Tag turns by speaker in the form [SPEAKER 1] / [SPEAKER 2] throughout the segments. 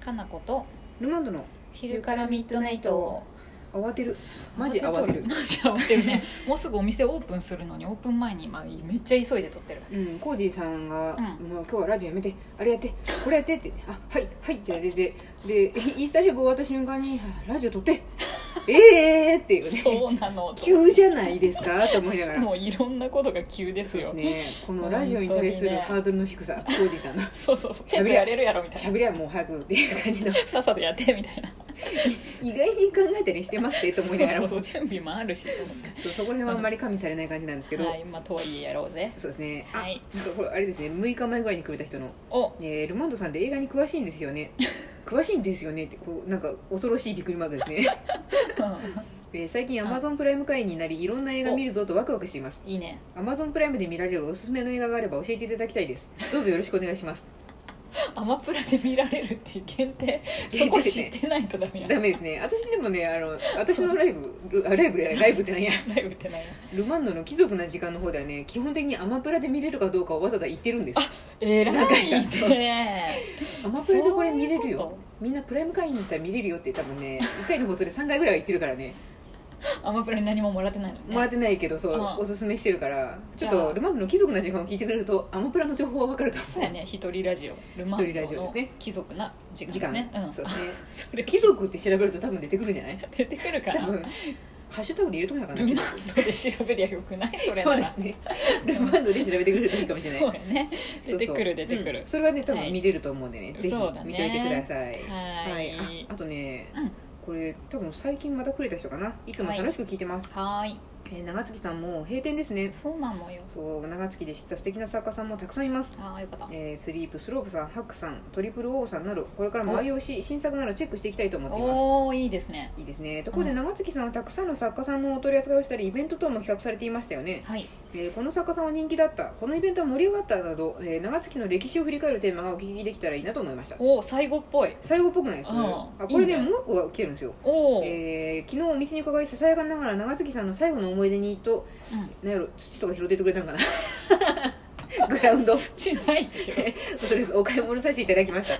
[SPEAKER 1] かなこと
[SPEAKER 2] ルマンドの
[SPEAKER 1] 昼からミッドナイト
[SPEAKER 2] 慌てるマジ慌てる
[SPEAKER 1] マジ慌てるねもうすぐお店オープンするのにオープン前に今めっちゃ急いで撮ってる
[SPEAKER 2] うん、コージーさんが、
[SPEAKER 1] うん
[SPEAKER 2] もう今日はラジオやめてあれやってこれやってって言ってあはいはいってやっててでインスタライブ終わった瞬間にあラジオ撮ってええーっていうね
[SPEAKER 1] そうなの
[SPEAKER 2] 急じゃないですかと思いながら
[SPEAKER 1] もういろんなことが急です
[SPEAKER 2] そうで
[SPEAKER 1] よ
[SPEAKER 2] すねこのラジオに対するハードルの低さ、コージーさんの
[SPEAKER 1] そうそうそう
[SPEAKER 2] 喋り
[SPEAKER 1] 早くやれるやろみたい
[SPEAKER 2] 喋りはもう早くっていう感じ の
[SPEAKER 1] なさっさとやってみたいな
[SPEAKER 2] 意外に考えたりしてますってと思いながら
[SPEAKER 1] そ
[SPEAKER 2] も
[SPEAKER 1] うそう準備もあるし
[SPEAKER 2] そうそこら辺はあんまり加味されない感じなんですけど、
[SPEAKER 1] はいまあとはいえやろうぜ
[SPEAKER 2] そうですねあ、
[SPEAKER 1] はい
[SPEAKER 2] なんかこれあれですね6日前ぐらいにくれた人の、
[SPEAKER 1] お
[SPEAKER 2] えールマンドさんって映画に詳しいんです よね詳しいんですよねってこうなんか恐ろしいびっくりマークです ね、えー最近アマゾンプライム会員になりいろんな映画見るぞとワクワクしています
[SPEAKER 1] いいね
[SPEAKER 2] アマゾンプライムで見られるおすすめの映画があれば教えていただきた いですどうぞよろしくお願いします
[SPEAKER 1] アマプラで見られるっていう限定そこ知ってないとダメや
[SPEAKER 2] ダメですね私でもねあの私のライブルあライブやライブってなんや
[SPEAKER 1] ライブってないな
[SPEAKER 2] ルマンドの貴族な時間の方ではね基本的にアマプラで見れるかどうかをわざわざ言ってるんです
[SPEAKER 1] えら
[SPEAKER 2] 長
[SPEAKER 1] い
[SPEAKER 2] いな
[SPEAKER 1] ね
[SPEAKER 2] アマプラでこれ見れる
[SPEAKER 1] そういう
[SPEAKER 2] よ
[SPEAKER 1] こ
[SPEAKER 2] みんなプライム会員の人は見れるよって多分ね1回のことで3回ぐらいは言ってるからね
[SPEAKER 1] アマプラに何ももらってないのね
[SPEAKER 2] もらってないけどそう、
[SPEAKER 1] うん
[SPEAKER 2] おすすめしてるからちょっ
[SPEAKER 1] じゃあ
[SPEAKER 2] とルマンドの貴族な時間を聞いてくれるとアマプラの情報は分かると
[SPEAKER 1] そうやね一人ラジオルマン
[SPEAKER 2] 一人ラ
[SPEAKER 1] ド
[SPEAKER 2] ジオで
[SPEAKER 1] の
[SPEAKER 2] すね
[SPEAKER 1] 貴族な時間で
[SPEAKER 2] 時
[SPEAKER 1] す
[SPEAKER 2] 間、
[SPEAKER 1] ねうん
[SPEAKER 2] そうですね
[SPEAKER 1] そ れ
[SPEAKER 2] 貴族って調べると多分出てくる んじゃない
[SPEAKER 1] 出てくるか
[SPEAKER 2] 多
[SPEAKER 1] な
[SPEAKER 2] 分ハッシュタグで入れとかなあかん
[SPEAKER 1] ル
[SPEAKER 2] な
[SPEAKER 1] マンドで調べりゃよくないそれ
[SPEAKER 2] そ
[SPEAKER 1] な
[SPEAKER 2] うで
[SPEAKER 1] ら
[SPEAKER 2] すねルマンドで調べてくれるといいかもしれない
[SPEAKER 1] そうやね出
[SPEAKER 2] そう
[SPEAKER 1] て
[SPEAKER 2] そう
[SPEAKER 1] くる出てく
[SPEAKER 2] う
[SPEAKER 1] る
[SPEAKER 2] んそれはね多
[SPEAKER 1] はい
[SPEAKER 2] 分見れると思うんでね、ぜひ
[SPEAKER 1] そうだね
[SPEAKER 2] 見ておいてください
[SPEAKER 1] はい
[SPEAKER 2] ああとね、
[SPEAKER 1] うん
[SPEAKER 2] これ多分最近またくれた人かないつも楽しく聞いてます、
[SPEAKER 1] はーい
[SPEAKER 2] えー長月さんも閉店ですね
[SPEAKER 1] そうなのよ
[SPEAKER 2] そう長月で知った素敵な作家さんもたくさんいます
[SPEAKER 1] ああよかった
[SPEAKER 2] えースリープスロープさんハックさんトリプルオーさんなどこれからも愛用し新作などチェックしていきたいと思っています
[SPEAKER 1] おおいいですね
[SPEAKER 2] いいですねところで長月さんはたくさんの作家さんのお取り扱いをしたりイベント等も企画されていましたよね、
[SPEAKER 1] はい
[SPEAKER 2] えーこの作家さんは人気だったこのイベントは盛り上がったなど、えー長月の歴史を振り返るテーマがお聞きできたらいいなと思いました
[SPEAKER 1] おお最後っぽい
[SPEAKER 2] 最後っぽくないです
[SPEAKER 1] うん
[SPEAKER 2] あこれね
[SPEAKER 1] いいね
[SPEAKER 2] もう一個が来てるんですよ
[SPEAKER 1] おお、
[SPEAKER 2] えー昨日お店に伺いささやかながら長月さんの最後の思い出にと
[SPEAKER 1] うん
[SPEAKER 2] なんやろ土とか拾っててくれたんかな グラウンド
[SPEAKER 1] 土ないけど
[SPEAKER 2] そうですお買い物させていただき ました、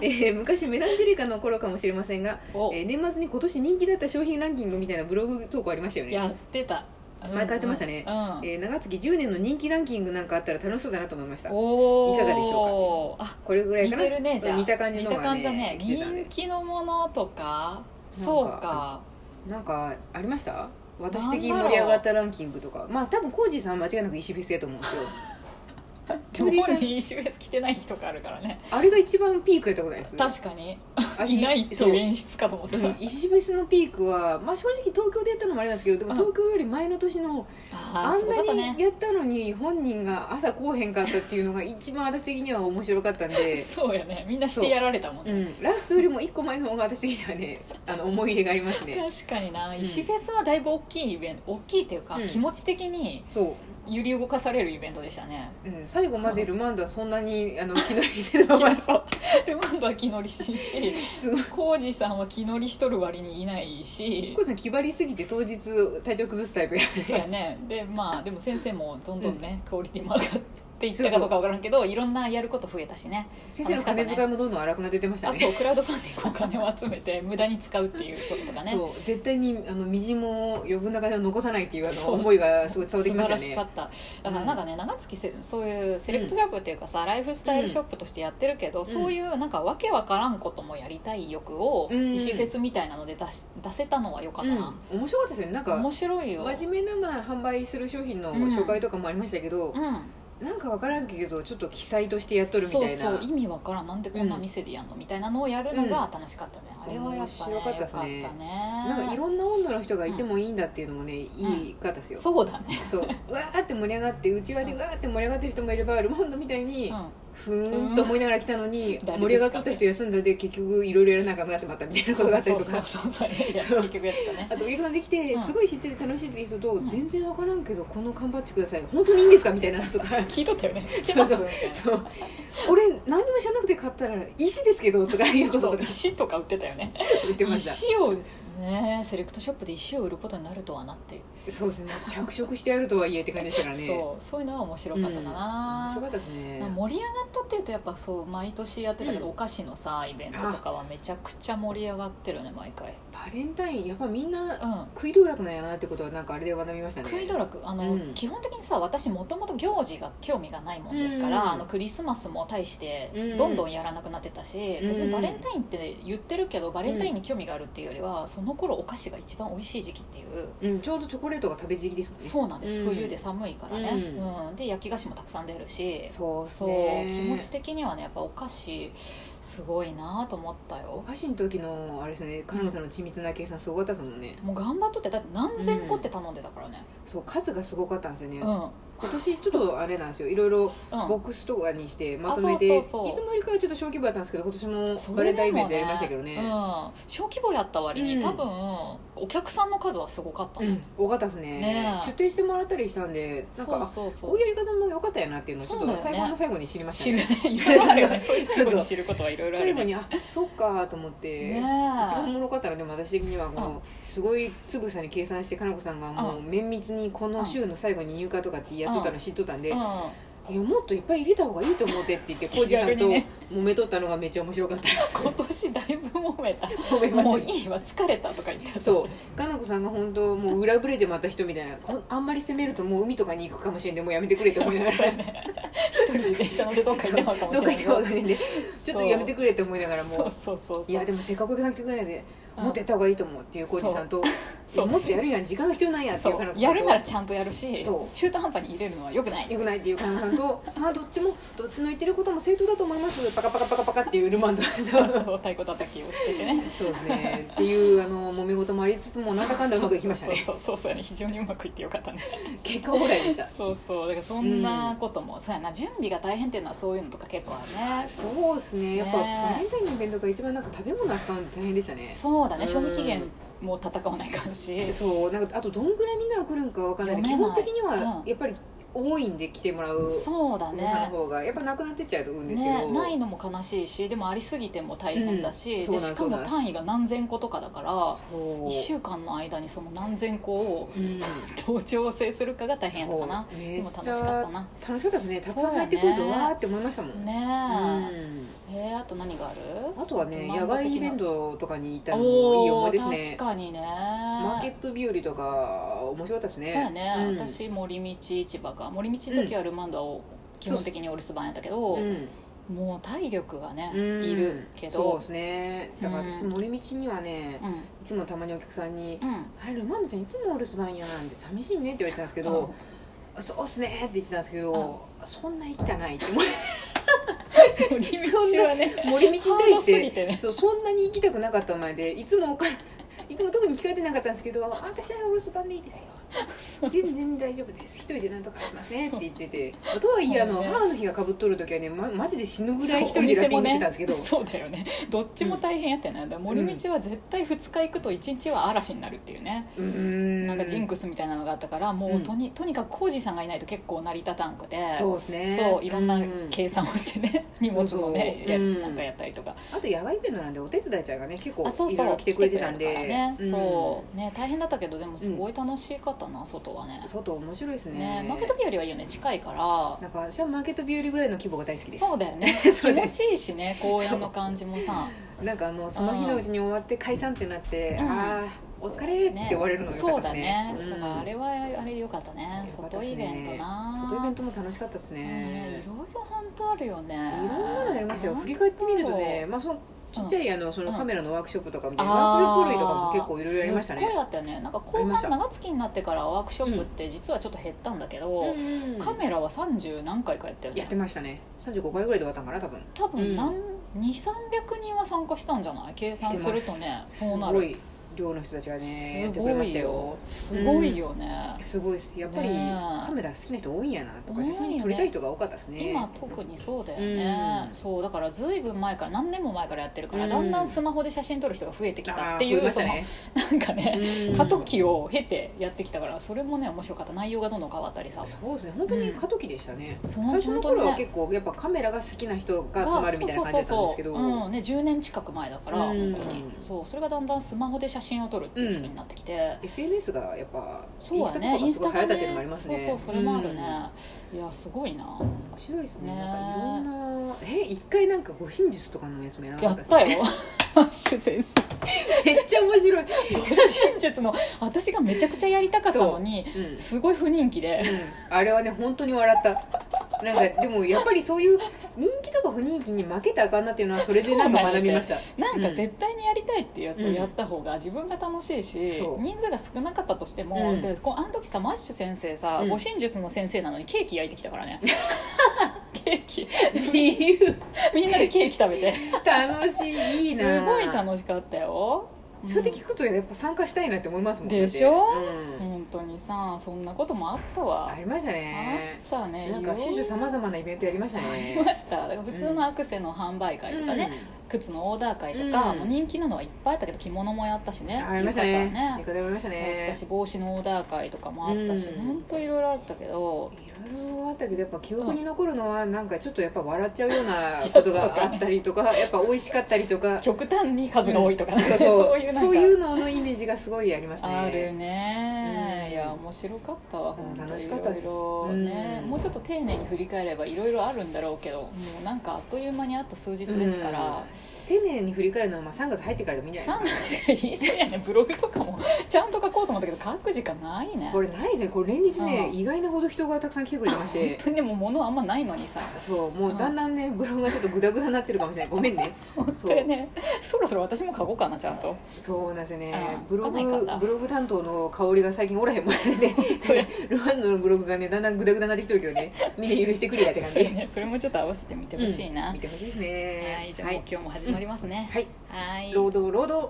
[SPEAKER 2] えー昔メランジェリカの頃かもしれませんが、
[SPEAKER 1] お
[SPEAKER 2] えー年末に今年人気だった商品ランキングみたいなブログ投稿ありましたよね
[SPEAKER 1] やってた
[SPEAKER 2] 前書いてましたね
[SPEAKER 1] うんうん
[SPEAKER 2] えー長月10年の人気ランキングなんかあったら楽しそうだなと思いました
[SPEAKER 1] おお
[SPEAKER 2] いかがでしょ
[SPEAKER 1] うかあ
[SPEAKER 2] これぐらい
[SPEAKER 1] 似
[SPEAKER 2] かな
[SPEAKER 1] てるねじゃあ
[SPEAKER 2] 似た感じの
[SPEAKER 1] 似た
[SPEAKER 2] が、
[SPEAKER 1] 感
[SPEAKER 2] ね、
[SPEAKER 1] じだね
[SPEAKER 2] 来てたんで
[SPEAKER 1] 人気のものとかそうか
[SPEAKER 2] なんかありました私的に盛り上がったランキングとかまあ多分コージーさんは間違いなく石フェスやと思うんですよ
[SPEAKER 1] でも本人石フェス着てない日とかあるからね
[SPEAKER 2] あれが一番ピークやったことないです
[SPEAKER 1] 確かに
[SPEAKER 2] あ
[SPEAKER 1] いないって
[SPEAKER 2] そう
[SPEAKER 1] いう演出かと思ってた
[SPEAKER 2] うん石フェスのピークは、まあ、正直東京でやったのもあれなんですけどでも
[SPEAKER 1] うん
[SPEAKER 2] 東京より前の年の
[SPEAKER 1] あ
[SPEAKER 2] あ
[SPEAKER 1] ー
[SPEAKER 2] ん
[SPEAKER 1] そうだ
[SPEAKER 2] な
[SPEAKER 1] ったね
[SPEAKER 2] にやったのに本人が朝来おへんかったっていうのが一番私的には面白かった んで、
[SPEAKER 1] そうやねみんなしてやられたもん
[SPEAKER 2] う
[SPEAKER 1] ね
[SPEAKER 2] ん、ラストよりも一個前の方が私的にはね あの思い入れがありますね
[SPEAKER 1] 確かにな
[SPEAKER 2] うん
[SPEAKER 1] 石フェスはだいぶ大きいイベント大きいっていうか、
[SPEAKER 2] うん
[SPEAKER 1] 気持ち的に
[SPEAKER 2] そ
[SPEAKER 1] 揺り動かされるイベントでしたね
[SPEAKER 2] う、うん、最後までルマンドはそんなにあの気乗りせなかった
[SPEAKER 1] ルマンドは気乗りしんし
[SPEAKER 2] すごい
[SPEAKER 1] 浩二さんは気乗りしとる割にいないし
[SPEAKER 2] こうさん気張りすぎて当日体調崩すタイプや
[SPEAKER 1] そうや
[SPEAKER 2] ね
[SPEAKER 1] ねでまあでも先生もどんどんね、クオリティも上がっていったかどうかわからんけどいろんなやること増えたしね
[SPEAKER 2] 先生の金遣いもどんどん荒くなって出てました
[SPEAKER 1] あ
[SPEAKER 2] ね
[SPEAKER 1] そうクラウドファンディングお金を集めて無駄に使うっていうこととかね
[SPEAKER 2] そう絶対にあのみじんも余分な金を残さないっていうあの思いがすごい伝わってきました
[SPEAKER 1] 素晴ら
[SPEAKER 2] ね
[SPEAKER 1] しかっただからなんかね、長月せそういうセレクトショップっていうかさ、ライフスタイルショップとしてやってるけど、そういうなんかわけわからんこともやりたい欲を、
[SPEAKER 2] うん
[SPEAKER 1] 石フェスみたいなので出し出せたのは良かっ
[SPEAKER 2] う
[SPEAKER 1] た
[SPEAKER 2] ん
[SPEAKER 1] な、、
[SPEAKER 2] 面白かったですよねなんか
[SPEAKER 1] 面白いよ
[SPEAKER 2] 真面目なまあ販売する商品の紹介とかもありましたけど、
[SPEAKER 1] う
[SPEAKER 2] なんか分からんけどちょっと記載としてやっとる
[SPEAKER 1] ん、
[SPEAKER 2] みたい
[SPEAKER 1] そう
[SPEAKER 2] な
[SPEAKER 1] そう意味わからんなんでこんな店でやんの、みたいなのをやるのが楽しかったね、あれはやっぱね
[SPEAKER 2] 面白
[SPEAKER 1] 良
[SPEAKER 2] か
[SPEAKER 1] か
[SPEAKER 2] っ
[SPEAKER 1] ったた
[SPEAKER 2] ですね
[SPEAKER 1] ね
[SPEAKER 2] なんかいろんな温度の人がいてもいいんだっていうのもね、いい方ですよ、
[SPEAKER 1] そうだね、
[SPEAKER 2] そううわーって盛り上がってうちわでうわーって盛り上がってる人もいればルモンドみたいに、
[SPEAKER 1] う
[SPEAKER 2] ふーんと思いながら来たのに
[SPEAKER 1] うん誰ですか
[SPEAKER 2] 盛り上がっとった人休んだで結局いろいろやらなあかんくなってまったみた
[SPEAKER 1] ん、
[SPEAKER 2] いなことがあったりとか
[SPEAKER 1] そうそうそうそういや
[SPEAKER 2] そう
[SPEAKER 1] 結局やってたね
[SPEAKER 2] あとお客さんできて、
[SPEAKER 1] うん
[SPEAKER 2] すごい知ってて楽しいっていう人と、
[SPEAKER 1] ん
[SPEAKER 2] 全然分からんけどこの缶バッジください本当にいいんですかみたいなのとか
[SPEAKER 1] 聞いとったよね知ってます
[SPEAKER 2] そう
[SPEAKER 1] み
[SPEAKER 2] そう
[SPEAKER 1] たいな
[SPEAKER 2] そう俺何にも知らなくて買ったら石ですけどとかいうこと
[SPEAKER 1] そ
[SPEAKER 2] と
[SPEAKER 1] う
[SPEAKER 2] か
[SPEAKER 1] 石とか売ってたよね
[SPEAKER 2] 言ってました
[SPEAKER 1] 石をねえセレクトショップで石を売ることになるとはなっていう、
[SPEAKER 2] そうですね着色してあるとはいえって感じでしたからね
[SPEAKER 1] そうそういうのは面白かったかな
[SPEAKER 2] 面、白かったですね
[SPEAKER 1] なんか盛り上がったっていうとやっぱそう毎年やってたけど、
[SPEAKER 2] うん
[SPEAKER 1] お菓子のさイベントとかはめちゃくちゃ盛り上がってるね毎回
[SPEAKER 2] バレンタインやっぱみんな
[SPEAKER 1] うん
[SPEAKER 2] 食い道楽なんやなってことはなんかあれで学びましたね
[SPEAKER 1] 食いドラクあの、
[SPEAKER 2] うん
[SPEAKER 1] 基本的にさ私もともと行事が興味がないもんですから、
[SPEAKER 2] うん
[SPEAKER 1] あのクリスマスも大して
[SPEAKER 2] うん
[SPEAKER 1] どんどんやらなくなってたし、
[SPEAKER 2] うん
[SPEAKER 1] 別にバレンタインって言ってるけどバレンタインに興味があるっていうよりはその頃お菓子が一番美味しい時期っていう。
[SPEAKER 2] うん、ちょうどチョコレートが食べ時期ですもんね
[SPEAKER 1] そうなんです、
[SPEAKER 2] うん
[SPEAKER 1] 冬で寒いからね、
[SPEAKER 2] う
[SPEAKER 1] うんで焼き菓子もたくさん出るし
[SPEAKER 2] そうっす
[SPEAKER 1] そう
[SPEAKER 2] ね
[SPEAKER 1] 気持ち的にはねやっぱお菓子すごいなと思った
[SPEAKER 2] お
[SPEAKER 1] よ
[SPEAKER 2] 菓子の時のあれですね彼女さんの緻密な計算すごかったですもんね
[SPEAKER 1] もう頑張っとってだって何千個って頼んでたからね
[SPEAKER 2] そう数がすごかったんですよね、
[SPEAKER 1] うん、
[SPEAKER 2] 今年ちょっとあれなんですよいろいろ
[SPEAKER 1] うん
[SPEAKER 2] ボックスとかにしてまとめて、
[SPEAKER 1] あそうそうそう
[SPEAKER 2] いつもよりかはちょっと小規模だったんですけど今年も
[SPEAKER 1] そ
[SPEAKER 2] バ
[SPEAKER 1] れ
[SPEAKER 2] レンタイン
[SPEAKER 1] で
[SPEAKER 2] イベ
[SPEAKER 1] も
[SPEAKER 2] ントやりましたけどね
[SPEAKER 1] ねうん、小規模やった割に、
[SPEAKER 2] うん
[SPEAKER 1] 多分お客さんの数はすごかった
[SPEAKER 2] う
[SPEAKER 1] ね、
[SPEAKER 2] ん、多かったですね
[SPEAKER 1] ねえ
[SPEAKER 2] 出店してもらったりしたんでなんか
[SPEAKER 1] そう
[SPEAKER 2] あ
[SPEAKER 1] そうそ
[SPEAKER 2] こ
[SPEAKER 1] う
[SPEAKER 2] ういうやり方も良かったやなっていうのをちょっ
[SPEAKER 1] そう
[SPEAKER 2] と
[SPEAKER 1] だよね
[SPEAKER 2] 最後の最後に知りました
[SPEAKER 1] 知
[SPEAKER 2] ね
[SPEAKER 1] るねいろいろあるよね
[SPEAKER 2] そう
[SPEAKER 1] 最後に知ることはいろいろあ
[SPEAKER 2] 最
[SPEAKER 1] る
[SPEAKER 2] 後
[SPEAKER 1] ね
[SPEAKER 2] にあそっかと思って、
[SPEAKER 1] ね
[SPEAKER 2] 一番おもろかったのでも私的にはこの、すごいつぶさに計算してかなこさんがもう綿密にこの週の最後に入荷とかってやってたの知っとったんで、
[SPEAKER 1] うん、
[SPEAKER 2] いやもっといっぱい入れた方がいいと思ってって言って浩
[SPEAKER 1] 気
[SPEAKER 2] 二さ
[SPEAKER 1] 軽
[SPEAKER 2] ん
[SPEAKER 1] に
[SPEAKER 2] と
[SPEAKER 1] ね
[SPEAKER 2] 揉めとったのがめっちゃ面白かった
[SPEAKER 1] 今年だいぶ揉めた
[SPEAKER 2] 揉め ま
[SPEAKER 1] もう
[SPEAKER 2] くり
[SPEAKER 1] いいわ疲れたとか言って私
[SPEAKER 2] そうかなこさんが本当もう裏ぶれてまた人みたいなこんあんまり攻めるともう海とかに行くかもしれんでもうやめてく れと思いながら
[SPEAKER 1] 一人で電車乗ってどっか行ってまうかも
[SPEAKER 2] どっ
[SPEAKER 1] し
[SPEAKER 2] か
[SPEAKER 1] れない
[SPEAKER 2] 行くか分かんないんで ちょっとやめてくれって思いながら
[SPEAKER 1] そ
[SPEAKER 2] も
[SPEAKER 1] うそうそうそう
[SPEAKER 2] いやでもせっかく行かなくてくれないで
[SPEAKER 1] うん
[SPEAKER 2] もっとやった方がいいと思うっていう浩二さんとい
[SPEAKER 1] そ
[SPEAKER 2] や
[SPEAKER 1] う
[SPEAKER 2] もっとやるやん時間が必要なんやって
[SPEAKER 1] そ
[SPEAKER 2] いうかな
[SPEAKER 1] う
[SPEAKER 2] こさんと
[SPEAKER 1] やるならちゃんとやるし
[SPEAKER 2] そう
[SPEAKER 1] 中途半端に入れるのはよくない
[SPEAKER 2] よくないっていうかなさんとまあどっちもどっちの言ってることも正当だと思いますパカパカパカパカっていうルマンド
[SPEAKER 1] そ
[SPEAKER 2] そう
[SPEAKER 1] そう太鼓叩きをしててね
[SPEAKER 2] うですねっていうあの揉め事もありつつもなんだかんだうまくいきましたね
[SPEAKER 1] そうそうそうそうやね非常にうまくいってよかったね
[SPEAKER 2] 結果オーライでした
[SPEAKER 1] そうそうだからそんなことも、そうやな準備が大変っていうのはそういうのとか結構あるね
[SPEAKER 2] そうですねやっぱバ
[SPEAKER 1] ね
[SPEAKER 2] レンタインのイベントが一番なんか食べ物扱うの大変でしたね
[SPEAKER 1] そうだね
[SPEAKER 2] うん
[SPEAKER 1] 賞味期限も戦わないかんし
[SPEAKER 2] そうなんかあとどんぐらいみんなが来るんかわかんないけど基
[SPEAKER 1] 読め
[SPEAKER 2] 本
[SPEAKER 1] ない
[SPEAKER 2] 的に
[SPEAKER 1] う
[SPEAKER 2] は
[SPEAKER 1] ん
[SPEAKER 2] やっぱり多いんで来てもらう
[SPEAKER 1] そうだ
[SPEAKER 2] お店の
[SPEAKER 1] ね
[SPEAKER 2] 方がやっぱなくなってっちゃうと思うんですけど、
[SPEAKER 1] ね、ないのも悲しいしでもありすぎても大変だし、
[SPEAKER 2] うんそう
[SPEAKER 1] で
[SPEAKER 2] なん
[SPEAKER 1] しかも
[SPEAKER 2] そうなん
[SPEAKER 1] 単位が何千個とかだから
[SPEAKER 2] そう
[SPEAKER 1] 1週間の間にその何千個を
[SPEAKER 2] うん
[SPEAKER 1] どう調整するかが大変やったかな
[SPEAKER 2] そうめ
[SPEAKER 1] で
[SPEAKER 2] っ
[SPEAKER 1] も楽
[SPEAKER 2] ち
[SPEAKER 1] しかった
[SPEAKER 2] ゃ
[SPEAKER 1] な
[SPEAKER 2] 楽しかったですねたくさん入ってくる
[SPEAKER 1] そ
[SPEAKER 2] と
[SPEAKER 1] う
[SPEAKER 2] わ
[SPEAKER 1] だね
[SPEAKER 2] ーって思いましたもん
[SPEAKER 1] ね
[SPEAKER 2] うん
[SPEAKER 1] え、えーあと何がある
[SPEAKER 2] あとはね
[SPEAKER 1] 漫画的な
[SPEAKER 2] 野外イベントとかに行ったのもいい
[SPEAKER 1] お
[SPEAKER 2] 思
[SPEAKER 1] お
[SPEAKER 2] いです
[SPEAKER 1] ー確
[SPEAKER 2] ね
[SPEAKER 1] かにね
[SPEAKER 2] マーケット日和とか面白かったですね
[SPEAKER 1] そうやね、
[SPEAKER 2] ん
[SPEAKER 1] 私森道市場が森道の時はルマンドを基本的にお留守番やったけど、
[SPEAKER 2] うん
[SPEAKER 1] もう体力がね、
[SPEAKER 2] うん
[SPEAKER 1] いるけ
[SPEAKER 2] そう
[SPEAKER 1] ど
[SPEAKER 2] ですねだから私
[SPEAKER 1] うん
[SPEAKER 2] 森道にはね
[SPEAKER 1] うん
[SPEAKER 2] いつもたまにお客さんに
[SPEAKER 1] うん
[SPEAKER 2] 「あれルマンドちゃんいつもお留守番やなんて寂しいね」って言われてたんですけど「そうっすね」って言ってたんですけどそんな生きたないって思って
[SPEAKER 1] 森
[SPEAKER 2] 道は
[SPEAKER 1] ね
[SPEAKER 2] 森道に対し
[SPEAKER 1] すぎ
[SPEAKER 2] て
[SPEAKER 1] てね
[SPEAKER 2] そうそんなに行きたくなかった前でいつもおかいつも特に聞かれてなかったんですけど「私はお留守番でいいですよ」「全然大丈夫です一人でなんとかしますね」って言っててとはいえあの
[SPEAKER 1] そうね
[SPEAKER 2] 母の日がかぶっとる時はね、ま、マジで死ぬぐらい一人でラッピングしてたんですけ ど、
[SPEAKER 1] そうお店もねそうだよねどっちも大変やってね、だから森道は絶対2日行くと1日は嵐になるっていうね、
[SPEAKER 2] うーん
[SPEAKER 1] なんかジンクスみたいなのがあったからもうとに,、とにかく浩二さんがいないと結構成り立たんくて
[SPEAKER 2] そうですね
[SPEAKER 1] そういろんな
[SPEAKER 2] うん
[SPEAKER 1] 計算をしてね、荷物もね
[SPEAKER 2] そうそううん
[SPEAKER 1] やなんかやったりとか
[SPEAKER 2] あと野外イベントなんでお手伝いちゃんがね結構
[SPEAKER 1] あそう
[SPEAKER 2] い
[SPEAKER 1] そ
[SPEAKER 2] ろいうろ来てくれてたんで
[SPEAKER 1] 来くれるからね、
[SPEAKER 2] ん
[SPEAKER 1] そうね大変だったけどでもすごい楽しかったな、外はね
[SPEAKER 2] 外面白いですね
[SPEAKER 1] ねマーケット日和はいいよね近いから
[SPEAKER 2] なんか私はマーケット日和ぐらいの規模が大好きです
[SPEAKER 1] そうだよね
[SPEAKER 2] そ
[SPEAKER 1] 気
[SPEAKER 2] うね
[SPEAKER 1] 持ちいいし ね公園の感じもさ
[SPEAKER 2] なんかあのその日のうちに終わって解散ってなって、
[SPEAKER 1] うん
[SPEAKER 2] ああお疲れって終われるのが良か
[SPEAKER 1] そ
[SPEAKER 2] っ
[SPEAKER 1] う
[SPEAKER 2] た
[SPEAKER 1] だ
[SPEAKER 2] です
[SPEAKER 1] ね
[SPEAKER 2] ね、うん
[SPEAKER 1] だからあれはあれでよかったね
[SPEAKER 2] 良かった
[SPEAKER 1] 外
[SPEAKER 2] ですね
[SPEAKER 1] イベントな
[SPEAKER 2] 外イベントも楽しかったです
[SPEAKER 1] ね
[SPEAKER 2] ね
[SPEAKER 1] いろいろ本当あるよね
[SPEAKER 2] いろんなのやりましたよ
[SPEAKER 1] 本当
[SPEAKER 2] 振り返ってみるとね、まあ、そのちっちゃいあのそのカメラのワークショップとかみたいなワークショップ類とかも結構いろいろやりました
[SPEAKER 1] あーすっごい
[SPEAKER 2] ね
[SPEAKER 1] あったよねなんか
[SPEAKER 2] あり
[SPEAKER 1] 後
[SPEAKER 2] ました
[SPEAKER 1] 半長月になってからワークショップって実はちょっと減ったんだけど、
[SPEAKER 2] うんうん
[SPEAKER 1] カメラは30何回かやったよね
[SPEAKER 2] やってましたね35回ぐらいで終わったんかな多分
[SPEAKER 1] 多
[SPEAKER 2] うん
[SPEAKER 1] 分何、2 3 0 0人は参加したんじゃない計算するとね
[SPEAKER 2] す
[SPEAKER 1] そうな
[SPEAKER 2] ご
[SPEAKER 1] る
[SPEAKER 2] い量の人たちがねや
[SPEAKER 1] す
[SPEAKER 2] ってくれ
[SPEAKER 1] ご
[SPEAKER 2] まし
[SPEAKER 1] い
[SPEAKER 2] た
[SPEAKER 1] よ
[SPEAKER 2] よ
[SPEAKER 1] すごいよね、
[SPEAKER 2] すごいですやっぱり
[SPEAKER 1] ね
[SPEAKER 2] カメラ好きな人多いんやなとか
[SPEAKER 1] 多いよ
[SPEAKER 2] 写
[SPEAKER 1] ね
[SPEAKER 2] 真撮りたい人が多かったですね
[SPEAKER 1] 今特にそうだよね、
[SPEAKER 2] うん
[SPEAKER 1] そうだからずいぶん前から何年も前からやってるから、
[SPEAKER 2] うん
[SPEAKER 1] だんだんスマホで写真撮る人が増えてきたってい
[SPEAKER 2] あー増え
[SPEAKER 1] う
[SPEAKER 2] まし
[SPEAKER 1] その
[SPEAKER 2] た ね
[SPEAKER 1] なんかね、
[SPEAKER 2] うん
[SPEAKER 1] 過渡期を経てやってきたからそれもね面白かった内容がどんどん変わったりさ
[SPEAKER 2] そうですね本当に過渡期でしたね、
[SPEAKER 1] そう
[SPEAKER 2] 最初の頃は
[SPEAKER 1] 本当に
[SPEAKER 2] 結構やっぱカメラが好きな人が集まるみたいな感じだったんですけど
[SPEAKER 1] そうそうそうそううんね、10年近く前だから、
[SPEAKER 2] うん
[SPEAKER 1] 本当にそうそれがだんだんスマホで写信を撮るっていう人になってきて、
[SPEAKER 2] SNS がやっぱ
[SPEAKER 1] そうやね
[SPEAKER 2] イ
[SPEAKER 1] イ
[SPEAKER 2] ン
[SPEAKER 1] ン
[SPEAKER 2] ス
[SPEAKER 1] ス
[SPEAKER 2] タ
[SPEAKER 1] タ化
[SPEAKER 2] とかがすごい流行っ
[SPEAKER 1] で
[SPEAKER 2] たっていうのもありますね
[SPEAKER 1] そうそうそれもあるね、いやすごいな
[SPEAKER 2] うん面白いですね
[SPEAKER 1] ね
[SPEAKER 2] なんかいろんなえ一回なんか護身術とかのやつもやらな
[SPEAKER 1] や
[SPEAKER 2] か
[SPEAKER 1] っ
[SPEAKER 2] った
[SPEAKER 1] た
[SPEAKER 2] です
[SPEAKER 1] よマッシュ先生
[SPEAKER 2] ね めっちゃ面白い、
[SPEAKER 1] 真術の私がめちゃくちゃやりたかったのに
[SPEAKER 2] うん
[SPEAKER 1] すごい不人気で
[SPEAKER 2] うんあれはね本当に笑ったなんかでもやっぱりそういう人気とか不人気に負けたらあかんなっていうのはそれでなんか学びました
[SPEAKER 1] なんか絶対にやりたいっていうやつをやった方が自分が楽しいし、
[SPEAKER 2] そう
[SPEAKER 1] 人数が少なかったとしても、
[SPEAKER 2] うん
[SPEAKER 1] でこうあの時さマッシュ先生さ
[SPEAKER 2] うん
[SPEAKER 1] 護身術の先生なのにケーキ焼いてきたから ねケーキ
[SPEAKER 2] 自由
[SPEAKER 1] みんなでケーキ食べて
[SPEAKER 2] 楽しいいいな
[SPEAKER 1] すごい楽しかったよ
[SPEAKER 2] それで聞くとやっぱ参加したいなって思いますもん
[SPEAKER 1] でしょ
[SPEAKER 2] うん
[SPEAKER 1] 本当にさそんなこともあったわ
[SPEAKER 2] ありましたね
[SPEAKER 1] あったね
[SPEAKER 2] なんか始終さ
[SPEAKER 1] 様
[SPEAKER 2] まざまなイベントやりました
[SPEAKER 1] あり
[SPEAKER 2] ね
[SPEAKER 1] ましただから普通のアクセの販売会とかね、靴のオーダー会とか、
[SPEAKER 2] うん
[SPEAKER 1] もう人気なのはいっぱいあったけど着物もやったし
[SPEAKER 2] う
[SPEAKER 1] ね
[SPEAKER 2] んありました
[SPEAKER 1] 浴
[SPEAKER 2] ね
[SPEAKER 1] 衣ね
[SPEAKER 2] 浴衣もやりました
[SPEAKER 1] やった
[SPEAKER 2] ね
[SPEAKER 1] し帽子のオーダー会とかもあったし
[SPEAKER 2] うん
[SPEAKER 1] 本当いろいろあったけど
[SPEAKER 2] いろいろあったけどやっぱ記憶に残るのはなんかちょっとやっぱ笑っちゃうようなことがあったりとかやっぱ美味しかったりとか
[SPEAKER 1] 極端に数が多いとかなん
[SPEAKER 2] そ
[SPEAKER 1] かね
[SPEAKER 2] うそう
[SPEAKER 1] そういうなん
[SPEAKER 2] そう
[SPEAKER 1] か
[SPEAKER 2] いうののイメージがすごいありますね
[SPEAKER 1] あるね、
[SPEAKER 2] うん
[SPEAKER 1] いや面白かったわ本当
[SPEAKER 2] 楽しかったです
[SPEAKER 1] いろいろね、
[SPEAKER 2] うん
[SPEAKER 1] もうちょっと丁寧に振り返ればいろいろあるんだろうけどもうなんかあっという間にあと数日ですから、
[SPEAKER 2] 丁寧に振り返るのはまあ3月入ってからでもいいんじゃな
[SPEAKER 1] 3
[SPEAKER 2] い
[SPEAKER 1] 月でいいそうやねブログとかもちゃんと書こうと思ったけど書く時間ないね
[SPEAKER 2] これないですねこれ連日ね、
[SPEAKER 1] うん
[SPEAKER 2] 意外なほど人がたくさん来てくれてまし
[SPEAKER 1] 本
[SPEAKER 2] て
[SPEAKER 1] 当にでも物あんまないのにさ
[SPEAKER 2] そうもうだんだんねブログがちょっとグダグダになってるかもしれないごめんね
[SPEAKER 1] これね そろそろ私も書こうかなちゃんと
[SPEAKER 2] そうなんですよね
[SPEAKER 1] うん
[SPEAKER 2] ブロ
[SPEAKER 1] 来ないか
[SPEAKER 2] グ
[SPEAKER 1] な
[SPEAKER 2] ブログ担当の香りが最近おらへんもんね ルワンドのブログがねだんだんグダグダになってきてるけどねみんな許してくれやって感
[SPEAKER 1] そ
[SPEAKER 2] じ
[SPEAKER 1] れ,、ね、それもちょっと合わせてみてほしいな、
[SPEAKER 2] うん見てほしいですね
[SPEAKER 1] はいじゃあ
[SPEAKER 2] は
[SPEAKER 1] もう
[SPEAKER 2] い、
[SPEAKER 1] 今日も始まりますね、
[SPEAKER 2] はい、
[SPEAKER 1] はい
[SPEAKER 2] 労働労働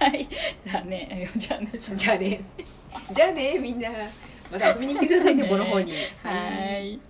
[SPEAKER 1] はいだねじゃあね
[SPEAKER 2] じゃあねじゃあねみんなまた遊びに来てくださいねこの方に
[SPEAKER 1] はい